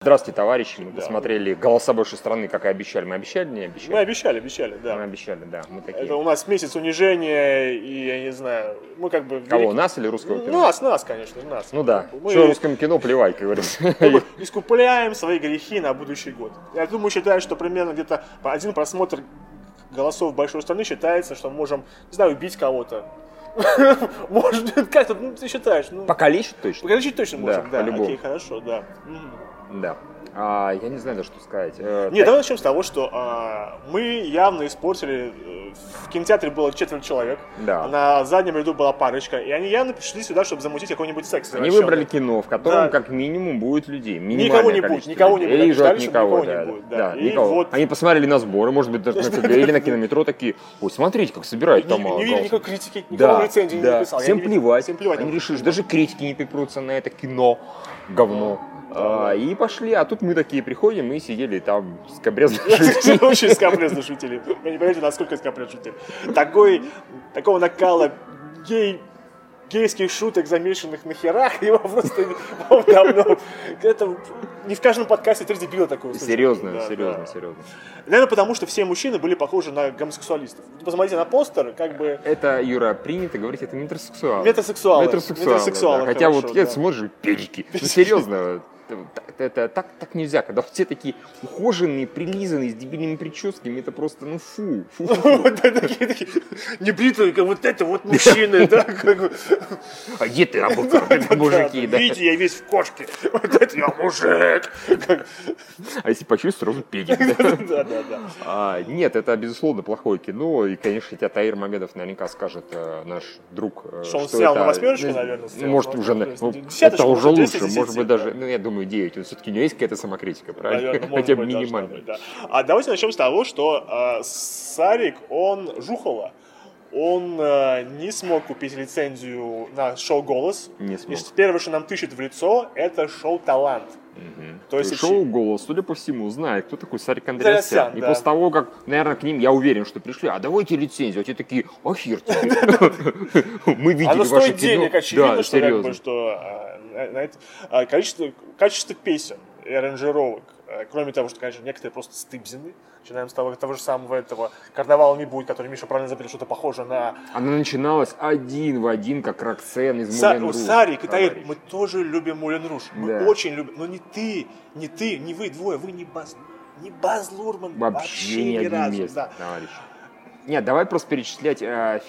Здравствуйте, товарищи. Мы Да. посмотрели «Голоса большой страны», как и обещали. Мы обещали, не Мы обещали? обещали, обещали, Мы да. обещали, да. Мы такие. Это у нас месяц унижения, и я не знаю, мы как бы... Кого, велик- нас или русского кино? Нас, нас, конечно, нас. Ну да. Мы- Что русскому кино плевать, как говорится. Мы искупляем свои грехи на будущий год. Я думаю, считаю, что примерно где-то по- один просмотр голосов большой страны считается, что можем, не знаю, убить кого-то. Может, как-то, ну, ты считаешь, ну... Покалечить точно? Покалечить точно Да, можем, да. по-любому. Окей, хорошо, да. Мгм. Да. А, я не знаю, даже, что сказать. Э, Не, та- давай начнем с того, что а, мы явно испортили. э, В кинотеатре было четверо человек, Да. на заднем ряду была парочка, и они явно пришли сюда, чтобы замутить какой-нибудь секс. Они извращенный. выбрали кино, в котором Да. как минимум будет людей. Никого не будет, никого не будет. Или же от Ждали, чтобы никого, никого не да, будет, да, да. да, И никого. вот- Они посмотрели на сборы, может быть, даже на КГ или на кинометро такие, ой, смотрите, как собирают Не, там. не а, видели галстук». никакой критики, никакого да, рецензии не да. написал. Я Всем не видел. плевать. Всем плевать. Они решили, что даже критики не припрутся на это кино. Говно. А, и пошли, а тут мы такие приходим и сидели там с Ты Очень скапрезно шутили. Вы не понимаете, насколько скапрезно шутили. Такой, такого накала гей гейских шуток, замешанных на херах, его просто по-моему, давно. Это не в каждом подкасте три дебила такого. слышали. Серьезно, Да, серьезно, да. серьезно. Наверное, потому что все мужчины были похожи на гомосексуалистов. Ну, Посмотрите на постер, как бы Это, Юра, принято говорить, это метросексуал. метросексуалы. Метросексуалы, Метросексуалы, да. Хотя хорошо, вот я да. смотрю, перики. Ну, серьезно, это, это так, так нельзя, когда все такие ухоженные, прилизанные, с дебильными прическами, это просто, ну фу, фу, фу. Вот такие, такие, небритые, как вот это вот мужчины, да, как бы. А где ты работал, мужики, да? Видите, я весь в кошке. Вот это я мужик. Как- А если почувствуешь, сразу педик. Да, да, да. А, нет, это, безусловно, плохое кино. И, конечно, тебя Таир Мамедов наверняка скажет, э, наш друг. э, Что он снял на восьмерочку, ну, наверное, снял, Может, ну, уже... на- то есть ну, десяточку, Это уже может, лучше. 10, Может быть, да. даже... Ну, я думаю, 9. Все-таки у него есть какая-то самокритика, правильно? Наверное, Хотя бы может быть, должна минимально. быть, да. А давайте начнем с того, что э, Сарик, он Жухова, он э, не смог купить лицензию на шоу «Голос». Не И смог. что первое, что нам тыщет в лицо, это шоу «Талант». Мгм. То есть И шоу «Голос», судя по всему, знает, кто такой Сарик Андреасян, Андреасян. И да. после того, как, наверное, к ним, я уверен, что пришли, а давайте лицензию, а те такие, а хер тебе. Мы видели Оно ваше А, ну, стоит кино. денег, очевидно, Да, что, как бы, серьезно. что э, на- на это- а, количество, качество песен и аранжировок, э, кроме того, что, конечно, некоторые просто стыбзины, начинаем с того, того же самого этого «Карнавала не будет», который Миша правильно запретил, что-то похоже на Она начиналась один в один, как Роксен из Са- «Мулен о, Руж», Сарик и Таир, товарищ. мы тоже любим Мулен Руш. Мы Да. очень любим. Но не ты, не ты, не вы двое, вы не Баз, не Баз Лурман Вообще ни один разу. мест, да. товарищ. Нет, давай просто перечислять э,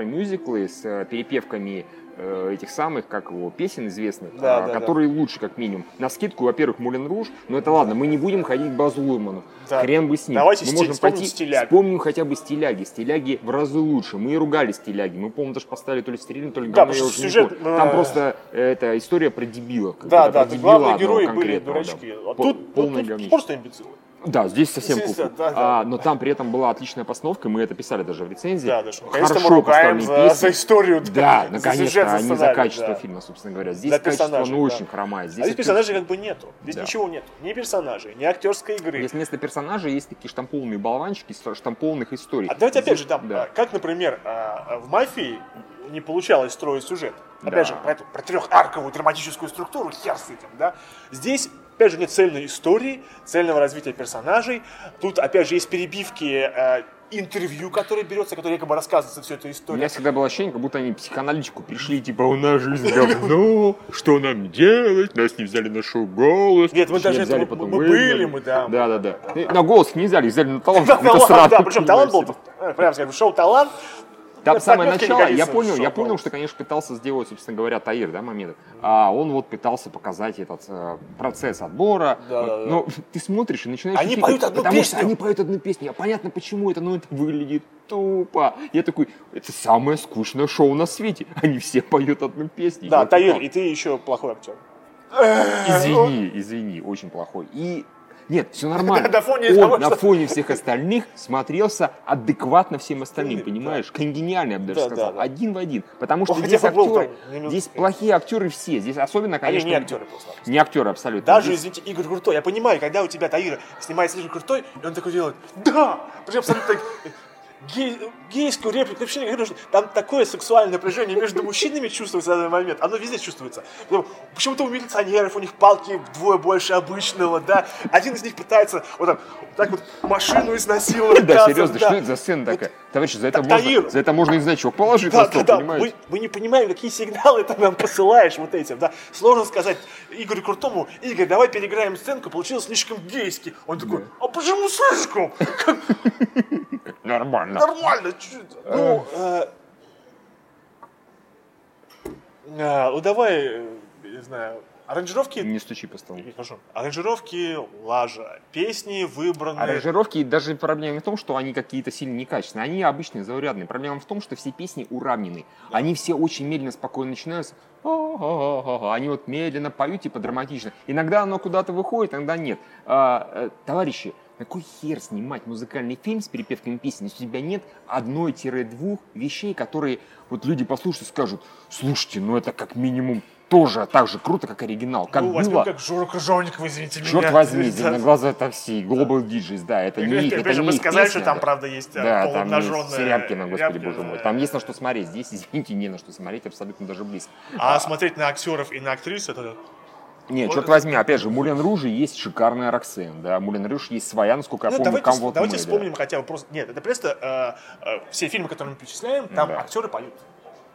фильмы-мюзиклы с э, перепевками э, этих самых, как его, песен известных, Да, а, да, да. которые лучше, как минимум. На скидку, во-первых, Мулен Руж, но это ладно, мы не будем ходить к Базу Лурману. Да. Хрен бы с ним. Давайте мы стиль- можем вспомним пойти- стиляги. Вспомним хотя бы стиляги. Стиляги в разы лучше. Мы и ругали стиляги. Мы, помню, даже поставили то ли стерильно, то ли Да, говно, потому я что уже не сюжет, помню. э, Там просто э, это история про дебилов. как Да, бы, про да, дебила главные одного герои были конкретного, да. дурачки. А По- тут, полное тут говнище. просто имбецилы. Да, здесь совсем Здесь, куку. да, да. А, но там при этом была отличная постановка, мы это писали даже в рецензии. Да, да, что наконец-то мы Хорошо ругаем поставлены за, за песни. историю. Да, за сюжет, наконец-то, а не за сценарий, качество да. фильма, собственно говоря. Здесь За качество, персонажей, ну, да. очень хромает. А здесь это- персонажей как бы нету. Здесь Да. ничего нету. Ни персонажей, ни актерской игры. Здесь вместо персонажей есть такие штампованные болванчики с штампованных историй. А давайте опять Здесь- же, там, да. а, как, например, а, а, в «Мафии» не получалось строить сюжет. Опять Да. же, про, эту, про трехарковую драматическую структуру, хер с этим, да? Здесь, опять же, нет цельной истории, цельного развития персонажей. Тут, опять же, есть перебивки а, интервью, которые берется, которые якобы рассказывается всю эту У историю. меня всегда было ощущение, как будто они психоаналитику пришли, типа, у нас жизнь говно, что нам делать, нас не взяли на шоу голос. Нет, мы Точнее, даже это- взяли, мы- потом мы выгнали. были, мы, да. Да, да, да. На голос не взяли, взяли на талант. Да, какой-то талант, сраный, да, причем талант был, понимаешь, э, прямо скажем, шоу «Талант». Там Под самое подметкой начало, я Николисова понял, шоу я было. понял, что, конечно, пытался сделать, собственно говоря, Таир, да, момент. А он вот пытался показать этот э, процесс отбора. Да, Вот. да, да. Но ты смотришь и начинаешь... Они хихикать, поют одну потому песню. что они поют одну песню. А понятно, почему это, но это выглядит тупо. Я такой, это самое скучное шоу на свете. Они все поют одну песню. Да, Я Таир, понял. и ты еще плохой актер. А, Извини, извини, очень плохой. И нет, все нормально. На фоне Он того, на что- фоне всех остальных смотрелся адекватно всем остальным, Да. понимаешь? Конгениально, я бы даже Да, да, сказал. да. Один в один. Потому Он что хотя здесь бы был актеры, там немножко. здесь плохие актеры все. Здесь особенно, Они конечно... не актеры просто. Не актеры абсолютно. Даже, Здесь- извините, Игорь Крутой. Я понимаю, когда у тебя Таира снимается Игорь Крутой, и он такой делает «Да!» Причем абсолютно так, гей- гейскую реплику, вообще не говорю, что там такое сексуальное напряжение между мужчинами чувствуется в данный момент, оно везде чувствуется. Потом, Почему-то у милиционеров у них палки вдвое больше обычного, да, один из них пытается вот так, так вот машину изнасиловать. Да, пытаться, серьезно, да. что это за сцена такая? Товарищи, за это можно, Таир. за это можно и значок положить на Да, да, стол, да. понимаете? Мы, мы не понимаем, какие сигналы ты нам посылаешь вот этим, да. Сложно сказать Игорю Крутому, Игорь, давай переиграем сценку, получилось слишком гейски. Он такой, а почему слишком? Как Нормально. нормально. чё это?» Ну, э, а, ну давай, э, не знаю, аранжировки... Не стучи по столу. Хорошо. Аранжировки лажа. Песни выбраны... А Аранжировки даже проблема не в том, что они какие-то сильно некачественные, они обычные, заурядные. Проблема в том, что все песни уравнены. Они все очень медленно, спокойно начинаются. А-а-а-а-а. Они вот медленно поют, типа драматично. Иногда оно куда-то выходит, иногда нет. А, э, товарищи, на кой хер снимать музыкальный фильм с перепевками песен, если у тебя нет одной-двух вещей, которые вот люди послушают и скажут, слушайте, ну это как минимум тоже так же круто, как оригинал. Как ну, возьмем было, как Жора Крыжовников, извините меня. Черт возьми, Ну, Да. на глаза такси, Global Digits, да, это не их, это Опять же, не мы их сказали, песня, что там, да. правда, есть Да, а, там есть полуобнаженная Рябкина, господи Рябкина, боже мой. да. Там есть на что смотреть, здесь, извините, не на что смотреть абсолютно даже близко. А смотреть на актеров и на актрис это... Нет, Вот черт это- возьми, опять же, Мулен Ружи есть шикарная Роксен, да, Мулен Руж есть своя, насколько я Ну, помню, давайте, Come What давайте May, да. вспомним хотя бы просто... Нет, это просто э, э, все фильмы, которые мы перечисляем, там да. актеры поют.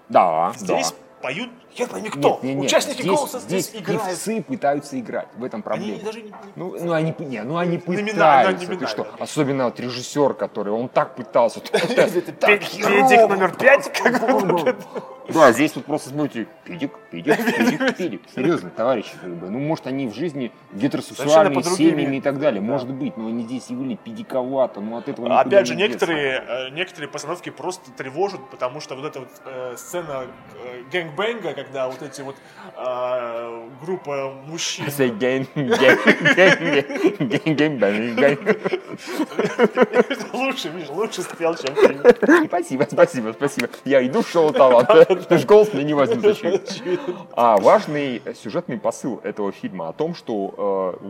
Да, да. Здесь поют, я пойми кто. Нет, нет, нет, Участники здесь- голоса здесь, здесь играют. певцы пытаются играть, в этом Они проблема. даже не... Ну, ну они, не, ну они Номинально, пытаются, ты номинально. что? Особенно вот режиссер, который, он так пытался. так Педик херово. номер пять, как Да, здесь вот просто смотрите, пидик, пидик, пидик, пидик. Серьезно, товарищи, как бы, ну, может, они в жизни Совершенно гетеросексуальные, по другим семьями и так далее, да. может быть, но они здесь были пидиковато, ну, от этого никуда Опять же, не деться. некоторые, э, некоторые постановки просто тревожат, потому что вот эта вот э, сцена э, гэнгбэнга, когда вот эти вот э, группа мужчин Say gang, gang, gang, gang, gang, bang, gang. Лучше, Миша, лучше спел, чем ты. Спасибо, спасибо, спасибо. Я иду в шоу таланта. Ты ж голос мне не возьмешь, очевидно. А важный сюжетный посыл этого фильма о том, что э,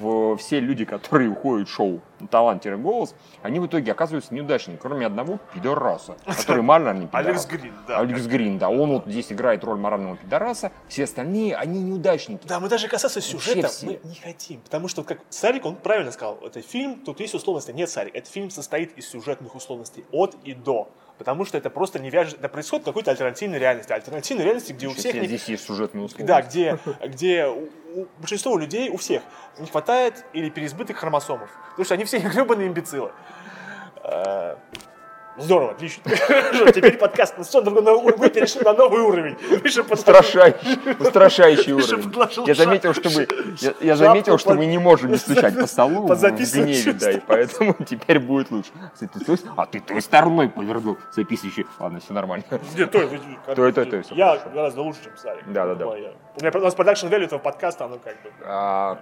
в- все люди, которые уходят в шоу «Талант тире голос», они в итоге оказываются неудачными, кроме одного пидораса, который моральный Алекс пидорас. Грин, да. Алекс Грин, да, он вот здесь играет роль морального пидораса, все остальные, они неудачники. Да, мы даже касаться сюжета все. мы не хотим, потому что, как Сарик, он правильно сказал, это фильм, тут есть условности. Нет, Сарик, этот фильм состоит из сюжетных условностей от и до. Потому что это просто не вяжет, это происходит в какой-то альтернативной реальности. Альтернативной реальности, где у Сейчас всех не- Здесь есть сюжетные условия. Да, где, где у, у большинства людей, у всех, не хватает или переизбыток хромосомов. Потому что они все гребаные имбецилы. Э, Здорово, отлично. Хорошо, Теперь подкаст на сон, другой на уровень. мы перешли на новый уровень. Миша подложил- Устрашающий, устрашающий Миша уровень. подложил Я заметил, ша- что мы, я, я шапку заметил, что под- мы не можем не стучать по столу в подзаписывать гневе, да, и чувства. поэтому теперь будет лучше. Кстати, ты той- а ты той стороной повернул записывающий. Ладно, все нормально. Нет, то, то, То- то- то, всё Я хорошо. гораздо лучше, чем Сарик. Да, да, да. У меня у нас продакшн value этого подкаста, оно как бы... А,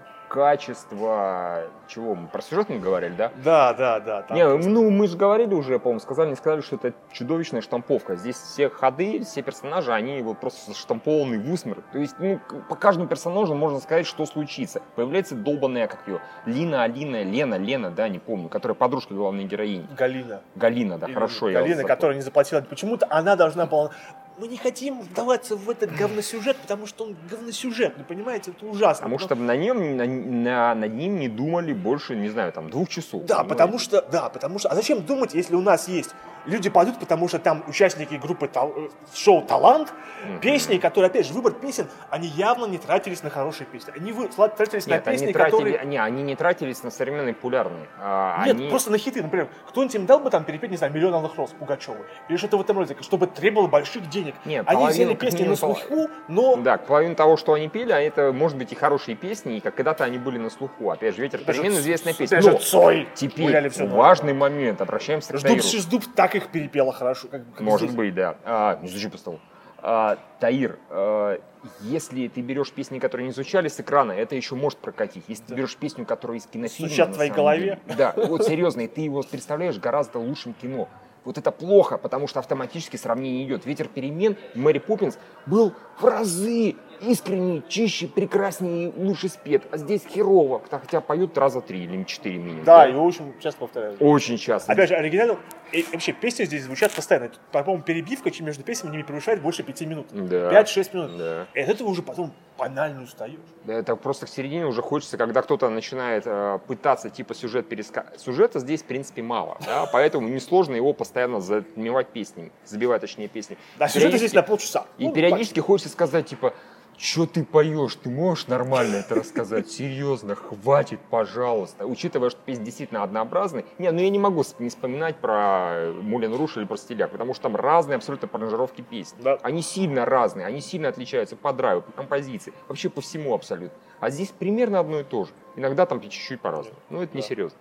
качество чего? Мы про сюжет мы говорили, да? Да, да, да. там Не, просто- ну мы же говорили уже, по-моему, сказали, не сказали, что это чудовищная штамповка. Здесь все ходы, все персонажи, они вот просто штампованы в усмерть. То есть, ну, к- по каждому персонажу можно сказать, что случится. Появляется долбанная, как ее, Лина, Алина, Лена, Лена, да, не помню, которая подружка главной героини. Галина. Галина, да, Или хорошо. я вас Галина, запомнил. которая не заплатила. Почему-то она должна была... Мы не хотим вдаваться в этот говносюжет, потому что он говносюжет, ну понимаете, это ужасно. Потому что А на нем, на, на- над ним не думали больше, не знаю, там, двух часов. Да, понимаете? потому что... Да, потому что... А зачем думать, если у нас есть... Люди поют, потому что там участники группы тал- э, шоу «Талант», Мгм. песни, которые, опять же, выбор песен, они явно не тратились на хорошие песни. Они вы- сла- тратились Нет, на они, песни, тратили, которые... не, они не тратились на современные популярные. а Нет, они- просто на хиты, например, кто-нибудь им дал бы там перепеть, не знаю, «Миллион алых роз» Пугачевой, или что-то в этом роде, чтобы требовало больших денег. Нет, Они половину, взяли как песни на минимум, пол- слуху, но Да, половину того, что они пели, а это, может быть, и хорошие песни, и как когда-то они были на слуху. Опять же, «Ветер перемен» известная песня. Даже Но Цой. теперь важный момент, обращаемся к Ждуб Таиру. Шиздуб так их перепела хорошо. Как, как Может здесь. быть, да. А, не звучи по столу. А, Таир, а, если ты берешь песни, которые не звучали с экрана, это еще может прокатить. Если ты Да. берешь песню, которая из кинофильма... Стучат на в твоей самом голове. деле, Да, вот серьезно, и ты его представляешь гораздо лучшим кино. Вот это плохо, потому что автоматически сравнение идет. «Ветер перемен» Мэри Поппинс был в разы искреннее, чище, прекраснее и лучше спет. А здесь херово, хотя- хотя поют раза три или четыре минимум. Да, и очень часто повторяют. Очень часто. Опять же, оригинально, и вообще песни здесь звучат постоянно. По-моему, перебивка чем между песнями не превышает больше пяти минут. Ну Да. 5-6 минут. Да. И от этого уже потом банально устаешь. Да, это просто к середине уже хочется, когда кто-то начинает э, пытаться типа сюжет пересказать. Сюжета здесь, в принципе, мало, да, поэтому несложно его постоянно затмевать песнями, забивать, точнее, песни. Да, сюжет здесь Периодически- на полчаса. И Ну, периодически хочется сказать, типа, что ты поешь, ты можешь нормально это рассказать? Серьезно, хватит, пожалуйста. Учитывая, что песня действительно однообразная. Не, ну я не могу сп- не вспоминать про Мулин Руш или про Стиляк, потому что там разные абсолютно аранжировки песен. Да. Они сильно разные, они сильно отличаются по драйву, по композиции, вообще по всему абсолютно. А здесь примерно одно и то же. Иногда там чуть-чуть по-разному. Ну это Да. не серьезно.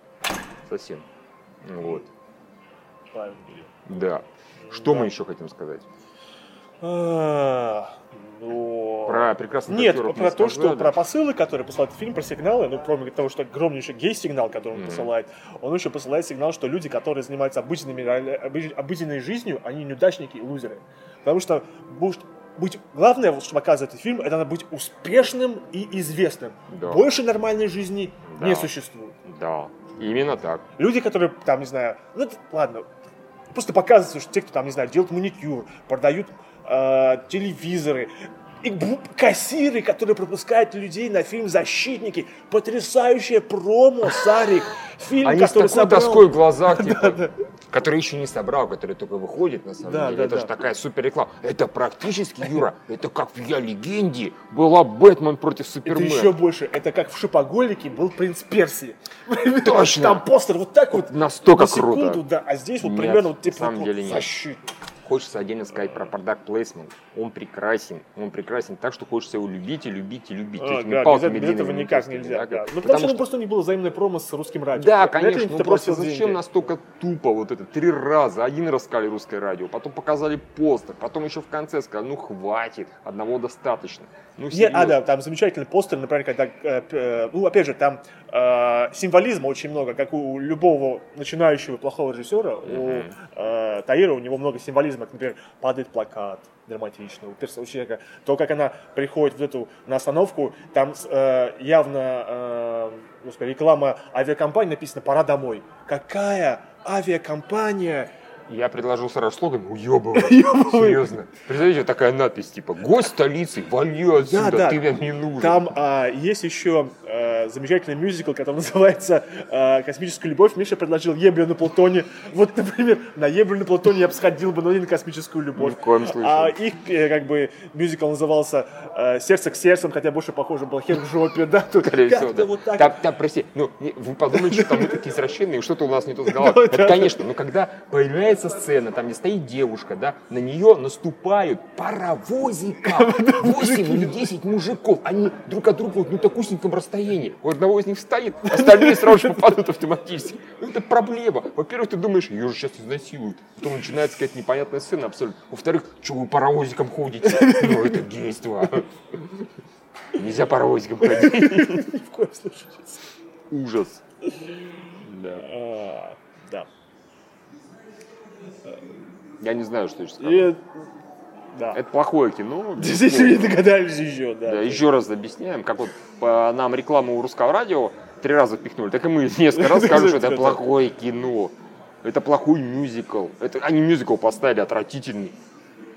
Совсем. Вот. так, правильно. Да. Что Да. мы еще хотим сказать? А, ну... Про прекрасных Нет, актеров мы про то, что сказали. про посылы, которые посылает фильм, про сигналы, ну, кроме того, что огромнейший гей-сигнал, который он Мгм. посылает, он еще посылает сигнал, что люди, которые занимаются обыденными, реали- обыч- обыденной жизнью, они неудачники и лузеры. Потому что будет- быть, главное, вот, что показывает этот фильм, это надо быть успешным и известным. Да. Больше нормальной жизни Да. не существует. Да, именно так. Люди, которые там, не знаю, ну это ладно, просто показывается, что те, кто там, не знаю, делают маникюр, продают э, телевизоры, и бу- кассиры, которые пропускают людей на фильм «Защитники», потрясающее промо, Сарик, фильм, Они с который такой собрал... тоской в глазах, типа, который еще не собрал, который только выходит, на самом Да, деле. да, это да. же такая супер реклама. Это практически, Юра, это как в «Я легенде» была Бэтмен против Это Супермена. еще больше, это как в «Шипоголике» был «Принц Персии». Точно. Там постер вот так вот, Настолько на секунду, круто. да, а здесь вот Нет, примерно вот на типа самом вот деле нет. «Защитник». Хочется отдельно сказать про продакт плейсмент. Он прекрасен. Он прекрасен так, что хочется его любить и любить и любить. А, То есть не да, без, палками э- без длинными, этого не никак толстыми, нельзя. да, да. как- Ну, потому, потому что что- ну, просто не было взаимной промо с русским радио. Да, Для этого конечно, никто ну просто просил зачем деньги. настолько тупо вот это? Три раза. Один раз сказали русское радио, потом показали постер, потом еще в конце сказали, ну хватит, одного достаточно. Ну, Нет, а, серьезно. да, там замечательный постер, например, когда, э, п- э, ну, опять же, там э, символизма очень много, как у любого начинающего плохого режиссера, у Мгм. э, Таира у него много символизма, как, например, падает плакат драматично у перс- у человека, то, как она приходит в эту, на остановку, там с- э, явно, э, господи, реклама авиакомпании написано «Пора домой». Какая авиакомпания? Я предложил сразу слоган «Уёбывай». Серьезно. Представляете, такая надпись, типа «Гость столицы, вали отсюда, да. ты нам не нужен». Там а, есть еще а, замечательный мюзикл, который называется а, «Космическая любовь». Миша предложил «Еблю на Плутоне». Вот, например, на «Еблю на Плутоне» я бы сходил бы, но не на «Космическую Ни любовь». в коем случае. А их, э, как бы, мюзикл назывался э, «Сердце к сердцу», хотя больше похоже был «Хер к жопе», да? Тут Скорее всего, как-то да. вот так. Там, там, прости, ну, не- вы подумайте, что там мы такие извращенные, что-то у нас не то с головой. Ну, Да, да, Это, конечно, но когда появляется сцена, там, где стоит девушка, да, на нее наступают паровозиком 8 или 10 мужиков. Они друг от друга вот на такусеньком расстоянии. У одного из них встанет, остальные сразу же попадут автоматически. Ну, это проблема. Во-первых, ты думаешь, ее же сейчас изнасилуют. Потом начинается какая-то непонятная сцена абсолютно. Во-вторых, что вы паровозиком ходите? Ну, это действо. Нельзя паровозиком ходить. Ни в коем случае. Ужас. Да. А, Да. Я не знаю, что еще сказать. И- Да. Это плохое кино. Здесь безусловно. не догадались еще, Ну. Да, да. еще раз объясняем, как вот по нам рекламу у русского радио три раза пихнули, так и мы несколько раз скажем, что это плохое кино. Это плохой мюзикл. Это они мюзикл поставили отвратительный.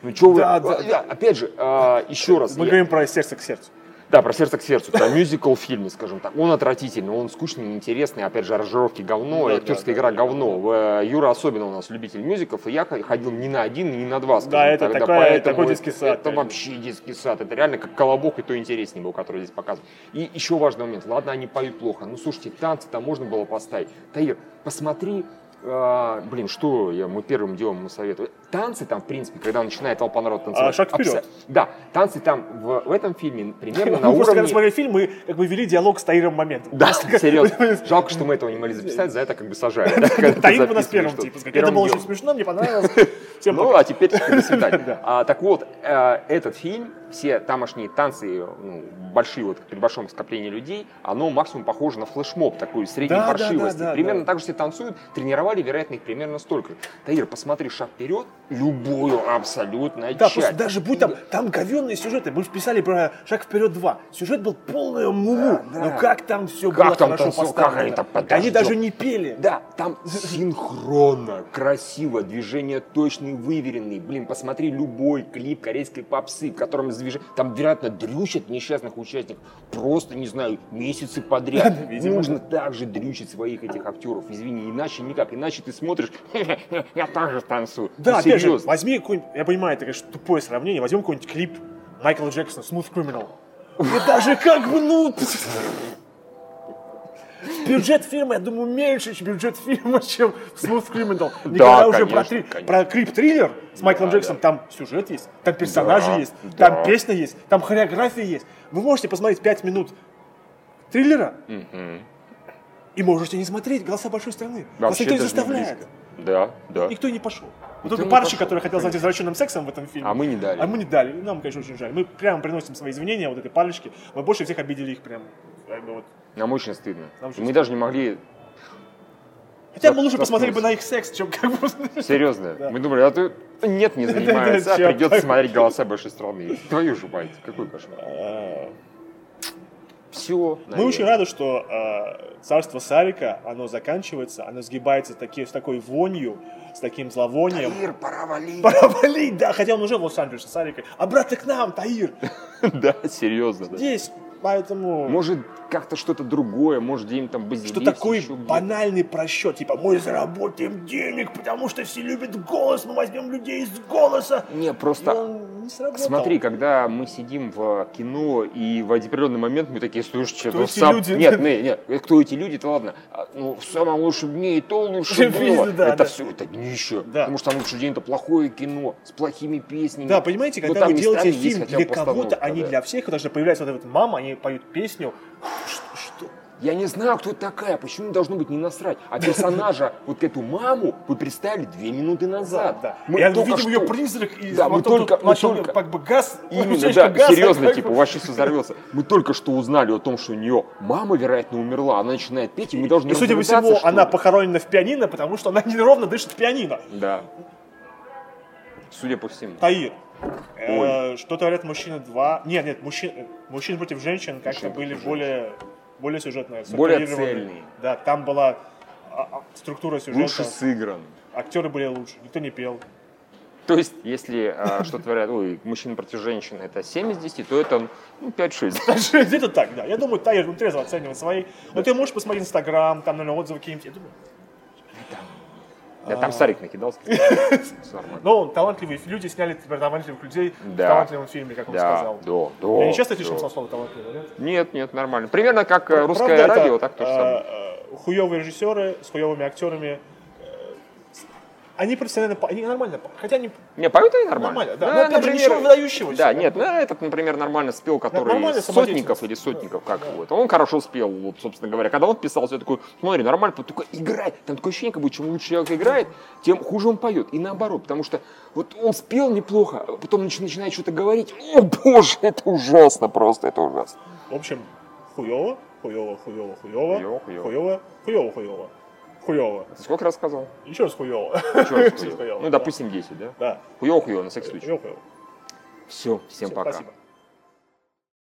Ну что вы? Да, да, А, Опять же, а, еще раз. Мы я- говорим про «Сердце к сердцу». Да, про сердце к сердцу. Про мюзикл в фильме, скажем так. Он отвратительный, он скучный, неинтересный. Опять же, аранжировки говно, Да, и актерская да, игра да. говно. В, э, Юра особенно у нас любитель мюзиклов, и я х- ходил не на один, не на два. скажем Да, это так. такая- поэтому такой детский сад, Это реально. вообще детский сад. Это реально как колобок, и то интереснее был, который здесь показан. И еще важный момент. Ладно, они поют плохо. Ну, слушайте, танцы там можно было поставить. Таир, посмотри, э, блин, что я, мы первым делом ему советую. Танцы там, в принципе, когда начинает толпа народа танцевать. А, шаг вперед. абсо- Да, танцы там в, в этом фильме примерно на Мы просто когда уровне... смотрели фильм, мы как бы вели диалог с Таиром Моментом. Да, серьезно. Жалко, что мы этого не могли записать, за это как бы сажают. да, когда ты Таир бы нас записываешь первым, что-то. типа, сказал, это Первым было делом. очень смешно, мне понравилось. Всем Ну, пока. а теперь типа, до свидания. А, Так вот, э, этот фильм все тамошние танцы, ну, большие вот при большом скоплении людей, оно максимум похоже на флешмоб такой средней Да, да, паршивости. да, да, примерно да. так же все танцуют, тренировали, вероятно, их примерно столько. Таир, посмотри шаг вперед, любую абсолютно Да, часть. просто даже будь там, там говенные сюжеты. Мы же писали про «Шаг вперед 2». Сюжет был полное муму. Да, да. Но как там все Как было там хорошо танцевал, как поставлено. они там они подождем. даже не пели. Да, там синхронно, красиво, движения точные, выверенные. Блин, посмотри любой клип корейской попсы, в котором движ- там, вероятно, дрючат несчастных участников просто, не знаю, месяцы подряд. видимо. Нужно также дрючить своих этих актеров, извини, иначе никак. Иначе ты смотришь, я также танцую. Да, Ну, опять же, серьезно. возьми какой-нибудь, я понимаю, это, конечно, тупое сравнение, возьмем какой-нибудь клип Майкла Джексона «Smooth Criminal». И даже как бы, ну... Бюджет фильма, я думаю, меньше, чем бюджет фильма, чем в Smooth Criminal. Не Да, говоря уже про, конечно, три- конечно. про крип-триллер с Майклом Да, Джексоном. Там сюжет есть, там персонажи Да, есть, да. там песня есть, там хореография есть. Вы можете посмотреть 5 минут триллера Мгм. и можете не смотреть «Голоса большой страны». Вас Вообще никто не даже не заставляет. близко. Да, да. Никто не пошел. Вот Никто только не парочка, пошел, который хотел конечно. стать извращенным сексом в этом фильме. А мы не дали. А мы не дали. И Нам, конечно, очень жаль. Мы прямо приносим свои извинения вот этой парочке. Мы больше всех обидели их прям. как бы вот. Нам очень стыдно. Нам очень Мы даже не могли Хотя Да, мы лучше посмотрели заткнулся. бы на их секс, чем как бы... Серьезно, Да. мы думали, а ты нет, не занимается, а чё, придется так. смотреть голоса большой страны. Твою же мать, какой кошмар. Все. Э, Мы очень рады, что э, царство Сарика, оно заканчивается, оно сгибается таки- с такой вонью, с таким зловонием. Таир, пора валить. Пора валить, да, хотя он уже в Лос-Анджелесе, Сарика. Обратно к нам, Таир, Да, серьезно. да. здесь, поэтому... Может, как-то что-то другое, может, где-нибудь там базилик. Что такой банальный просчет, типа мы заработаем денег, потому что все любят голос, мы возьмем людей из голоса. Не, И просто... он не сработал. Смотри, когда мы сидим в кино, и в определенный момент мы такие, слушайте, Кто ну эти сам... люди? Нет, не, не, кто эти люди, это ладно. А, Ну, в самом лучшем дне и то лучше Пиздец, было. да, да. Это все, это днище. Да. Потому что там лучший день это плохое кино, с плохими песнями. Да, понимаете, Ну, когда там вы делаете местами есть фильм хотя для бы кого-то, постановка, а не да. для всех, потому что появляется вот эта вот мама, они поют песню. Что? что? Я не знаю, кто это такая, почему должно быть не насрать. А персонажа, вот эту маму, вы представили две минуты назад. Да. Мы Я только видел что- ее призрак, и Да, мы вот он тут только- мы начал только- как бы газ. Именно, лампочечка да, газа, серьезно, как типа, бы. вообще все взорвется. Мы только что узнали о том, что у нее мама, вероятно, умерла. Она начинает петь, и мы должны И, судя по разругаться, всему, что она ли. похоронена в пианино, потому что она неровно дышит в пианино. Да. Судя по всему. Таир. э, что творят мужчины 2? Нет, нет, мужчин, э, мужчин против женщин как-то Мужчин были против более, более сюжетные. Более структурированные. цельные. Да, там была а, а, структура сюжета. Лучше сыгран. Актеры были лучше, никто не пел. То есть, если а, что творят, ой, мужчина против женщины, это 7 из 10, то это ну, 5-6. Даже Где-то так, да. Я думаю, Таир, ну трезво оценивает свои. Но ты можешь посмотреть Инстаграм, там, наверное, отзывы какие-нибудь. Я думаю, Я А. там Сарик накидался. Всё нормально. но талантливые люди сняли теперь талантливых людей Да. в талантливом фильме, как он Да, сказал. да, да. Я не часто слышал да. слово талантливый, нет? Нет, нет, нормально. Примерно как э, русское Правда, это, радио, так то же э, самое. э, Хуёвые режиссеры с хуёвыми актерами. э, с- Они профессионально, по- они нормально, по- хотя они Не, поют они нормально. Нормально, да. Но опять же, ничего выдающегося. Да, нет, ну, этот, например, нормально спел, который нормально сотников самодеятельность. или сотников, Да, как да. вот. Он хорошо спел, вот, собственно говоря. Когда он писал, я такой, смотри, нормально, только играет. Там такое ощущение, как бы, чем лучше человек играет, тем хуже он поет. И наоборот, потому что вот он спел неплохо, а потом нач- начинает что-то говорить. О, боже, это ужасно просто, это ужасно. В общем, хуёво, хуёво, хуёво, хуёво, Хуёво, хуёво. хуёво, хуёво, хуёво, хуёво. Ты сколько раз сказал? Еще раз хуёво. Ещё раз Всё хуёво. сказал, Ну, да. допустим, 10, да? Да, Хуёво-хуёво, на всякий случай. хуёво, хуёво. Все, всем Всё, пока. Спасибо.